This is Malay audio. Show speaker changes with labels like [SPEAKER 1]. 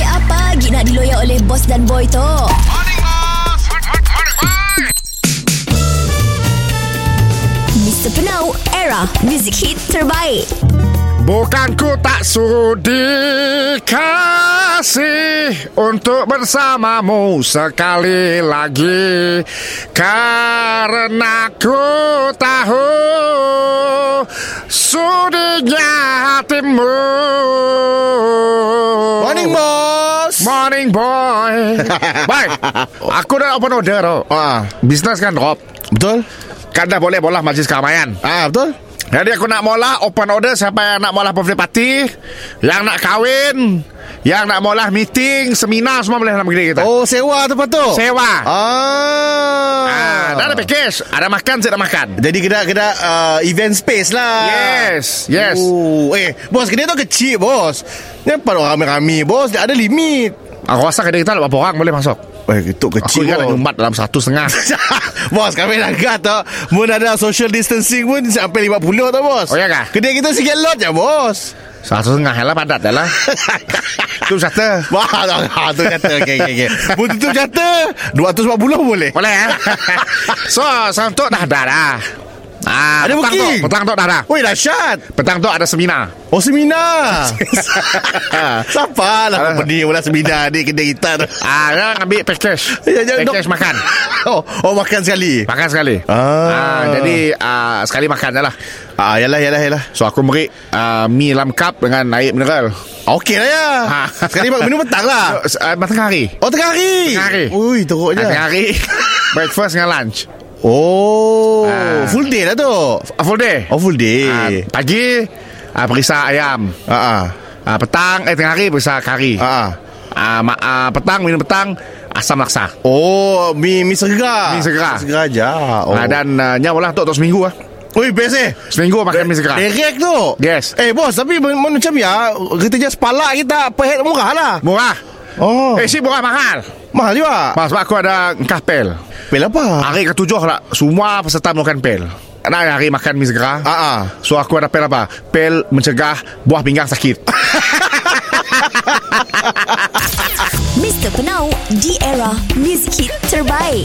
[SPEAKER 1] lagi nak diloyak oleh bos dan boy tu? Mr. Penau, era music hit terbaik.
[SPEAKER 2] Bukan ku tak sudi kasih untuk bersamamu sekali lagi Karena ku tahu sudinya hatimu
[SPEAKER 3] Morning, bos.
[SPEAKER 2] Morning boy Baik Aku dah open order tau
[SPEAKER 3] Ah,
[SPEAKER 2] Bisnes kan drop
[SPEAKER 3] betul?
[SPEAKER 2] Kan dah boleh bola majlis keramaian
[SPEAKER 3] Ah, betul?
[SPEAKER 2] Jadi aku nak mola open order siapa yang nak mola birthday party, yang nak kahwin, yang nak mola meeting, seminar semua boleh dalam negeri kita.
[SPEAKER 3] Oh, sewa tempat tu.
[SPEAKER 2] Sewa.
[SPEAKER 3] Ah.
[SPEAKER 2] Ah, dah ada package, ada makan, saya ada makan.
[SPEAKER 3] Jadi kedai-kedai uh, event space lah.
[SPEAKER 2] Yes, yes.
[SPEAKER 3] Oh, eh, bos kedai tu kecil, bos. Ni empat orang ramai-ramai, bos. Dia ada limit.
[SPEAKER 2] Aku rasa kedai kita ada berapa orang boleh masuk?
[SPEAKER 3] Eh, itu
[SPEAKER 2] Aku
[SPEAKER 3] kecil.
[SPEAKER 2] ingat nak
[SPEAKER 3] bos.
[SPEAKER 2] nyumbat dalam satu setengah.
[SPEAKER 3] bos kami nak kata Mun ada social distancing pun Sampai 50 tau bos
[SPEAKER 2] Oh, ya kah?
[SPEAKER 3] Kedai kita sikit lot je bos
[SPEAKER 2] satu setengah lah padat dah lah. tu satu.
[SPEAKER 3] Wah ah, Tu kata okay, okay, okay. Mun tutup kata 240 boleh
[SPEAKER 2] Boleh eh? so, santuk dah dah dah. Ah,
[SPEAKER 3] Ada
[SPEAKER 2] petang
[SPEAKER 3] booking?
[SPEAKER 2] tu, petang tu dah dah.
[SPEAKER 3] Weh dahsyat
[SPEAKER 2] Petang tu ada seminar.
[SPEAKER 3] Oh seminar Siapa lah company pula seminar ni Kedai kita tu
[SPEAKER 2] Ah, dia ambil package.
[SPEAKER 3] Ya, jangan
[SPEAKER 2] package
[SPEAKER 3] dok-
[SPEAKER 2] makan.
[SPEAKER 3] oh, oh makan sekali
[SPEAKER 2] Makan sekali ah.
[SPEAKER 3] Ah.
[SPEAKER 2] Jadi ah, Sekali makan je lah
[SPEAKER 3] Ah yalah yalah yalah
[SPEAKER 2] So aku beri ah, Mi dalam cup Dengan air mineral
[SPEAKER 3] Okey lah ya
[SPEAKER 2] Ah.
[SPEAKER 3] Sekali mak- minum petang lah
[SPEAKER 2] ah. uh, Tengah hari
[SPEAKER 3] Oh tengah hari
[SPEAKER 2] Tengah hari.
[SPEAKER 3] Ui teruk je
[SPEAKER 2] ah, Tengah hari Breakfast dengan lunch
[SPEAKER 3] Oh
[SPEAKER 2] Ah.
[SPEAKER 3] Full day lah tu
[SPEAKER 2] Ah, Full day
[SPEAKER 3] Oh full day
[SPEAKER 2] ah, Pagi ah, Perisa ayam
[SPEAKER 3] Ah ah
[SPEAKER 2] ah, Petang Eh tengah hari Perisa kari
[SPEAKER 3] Ah
[SPEAKER 2] ah.
[SPEAKER 3] ah
[SPEAKER 2] ma- ah, Petang Minum petang Asam laksa
[SPEAKER 3] Oh mi mi segera
[SPEAKER 2] Mi segera.
[SPEAKER 3] Segera je
[SPEAKER 2] oh.
[SPEAKER 3] oh.
[SPEAKER 2] ah, Dan ah, nyawa lah Untuk, untuk seminggu lah
[SPEAKER 3] Ui best eh
[SPEAKER 2] Seminggu makan mi segera
[SPEAKER 3] Direct tu
[SPEAKER 2] Yes.
[SPEAKER 3] Eh bos tapi ben- ben- macam ya Kita je sepala kita Per head murah lah
[SPEAKER 2] Murah
[SPEAKER 3] Oh
[SPEAKER 2] Eh si murah mahal
[SPEAKER 3] Mahal juga
[SPEAKER 2] Mahal, Sebab aku ada Kahpel
[SPEAKER 3] Pel apa?
[SPEAKER 2] Hari ketujuh lah Semua peserta melakukan pel Nak hari makan mi segera
[SPEAKER 3] Ah ah.
[SPEAKER 2] So aku ada pel apa? Pel mencegah buah pinggang sakit
[SPEAKER 1] Mr. Penau, di era music hit terbaik.